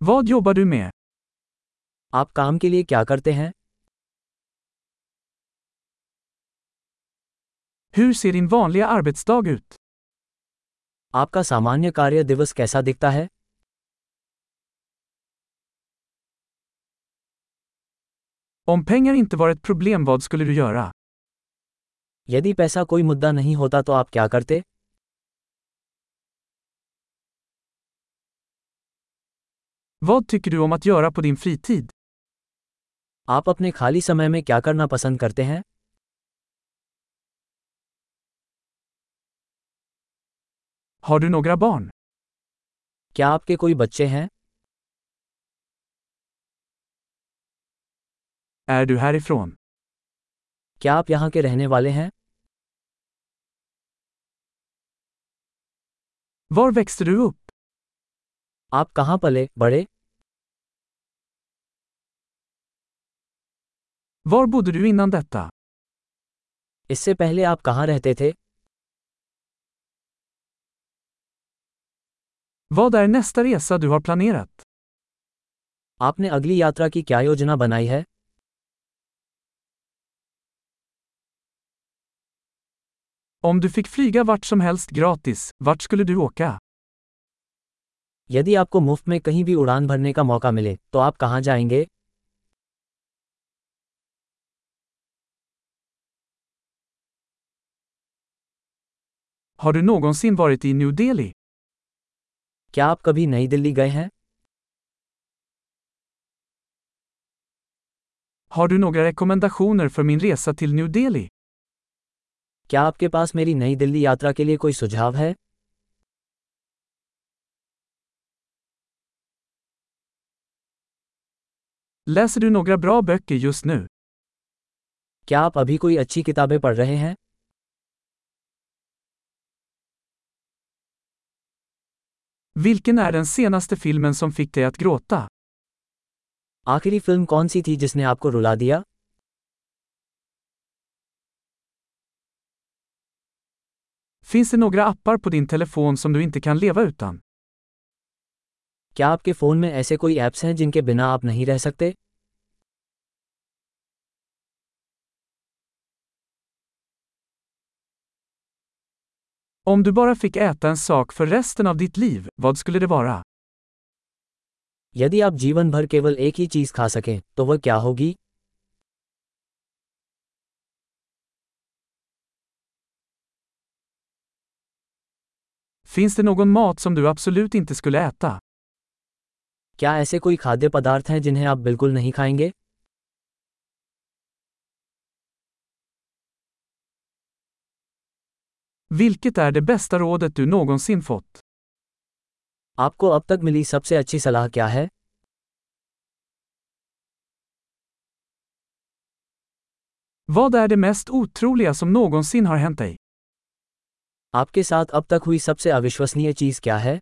Vad jobbar du med? आप काम के लिए क्या करते हैं Hur ser din vanliga arbetsdag ut? आपका सामान्य कार्य दिवस कैसा दिखता है Om pengar inte var ett problem vad skulle du göra? यदि पैसा कोई मुद्दा नहीं होता तो आप क्या करते Vad tycker du om att göra på din fritid? आप अपने खाली समय में क्या करना पसंद करते हैं Har du några barn? क्या आपके कोई बच्चे हैं Är du härifrån? क्या आप यहाँ के रहने वाले हैं Var växte du upp? आप कहाँ पले बड़े Var bodde du innan detta? इससे पहले आप कहाँ रहते थे Vad är nästa resa du har planerat? आपने अगली यात्रा की क्या योजना बनाई है Om du fick flyga vart som helst gratis, vart skulle du åka? यदि आपको मुफ्त में कहीं भी उड़ान भरने का मौका मिले तो आप कहाँ जाएंगे Har du någonsin varit i New Delhi? क्या आप कभी नई दिल्ली गए हैं Har du några rekommendationer för min resa till New Delhi? क्या आपके पास मेरी नई दिल्ली यात्रा के लिए कोई सुझाव है Läser du några bra böcker just nu? क्या आप अभी कोई अच्छी किताबें पढ़ रहे हैं Vilken är den senaste filmen som fick dig att gråta? आखिरी फिल्म कौन सी थी जिसने आपको रुला दिया Finns det några appar på din telefon som du inte kan leva utan? क्या आपके फ़ोन में ऐसे कोई ऐप्स हैं जिनके बिना आप नहीं रह सकते Om du bara fick äta en sak för resten av ditt liv, vad skulle det vara? यदि आप जीवन भर केवल एक ही चीज़ खा सकें तो वह क्या होगी Finns det någon mat som du absolut inte skulle äta? क्या ऐसे कोई खाद्य पदार्थ हैं जिन्हें आप बिल्कुल नहीं खाएंगे Vilket är det bästa rådet du någonsin fått? आपको अब तक मिली सबसे अच्छी सलाह क्या है Vad är det mest otroliga som någonsin har hänt dig? आपके साथ अब तक हुई सबसे अविश्वसनीय चीज़ क्या है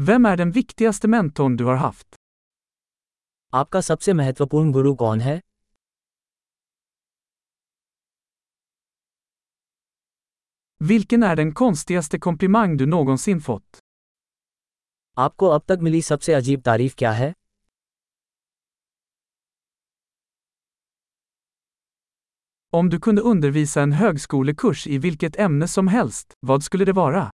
Vem är den viktigaste mentorn du har haft? आपका सबसे महत्वपूर्ण गुरु कौन है Vilken är den konstigaste komplimang du någonsin fått? आपको अब तक मिली सबसे अजीब तारीफ क्या है Om du kunde undervisa en högskolekurs i vilket ämne som helst, vad skulle det vara?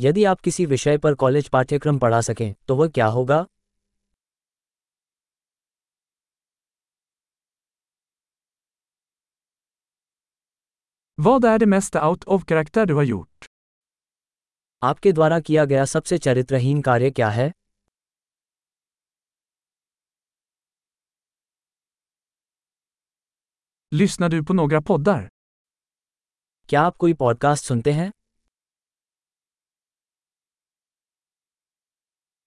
यदि आप किसी विषय पर कॉलेज पाठ्यक्रम पढ़ा सकें तो वह क्या होगा Vad är det mesta out of karaktär du har gjort? आपके द्वारा किया गया सबसे चरित्रहीन कार्य क्या है Lyssnar du på några poddar? क्या आप कोई पॉडकास्ट सुनते हैं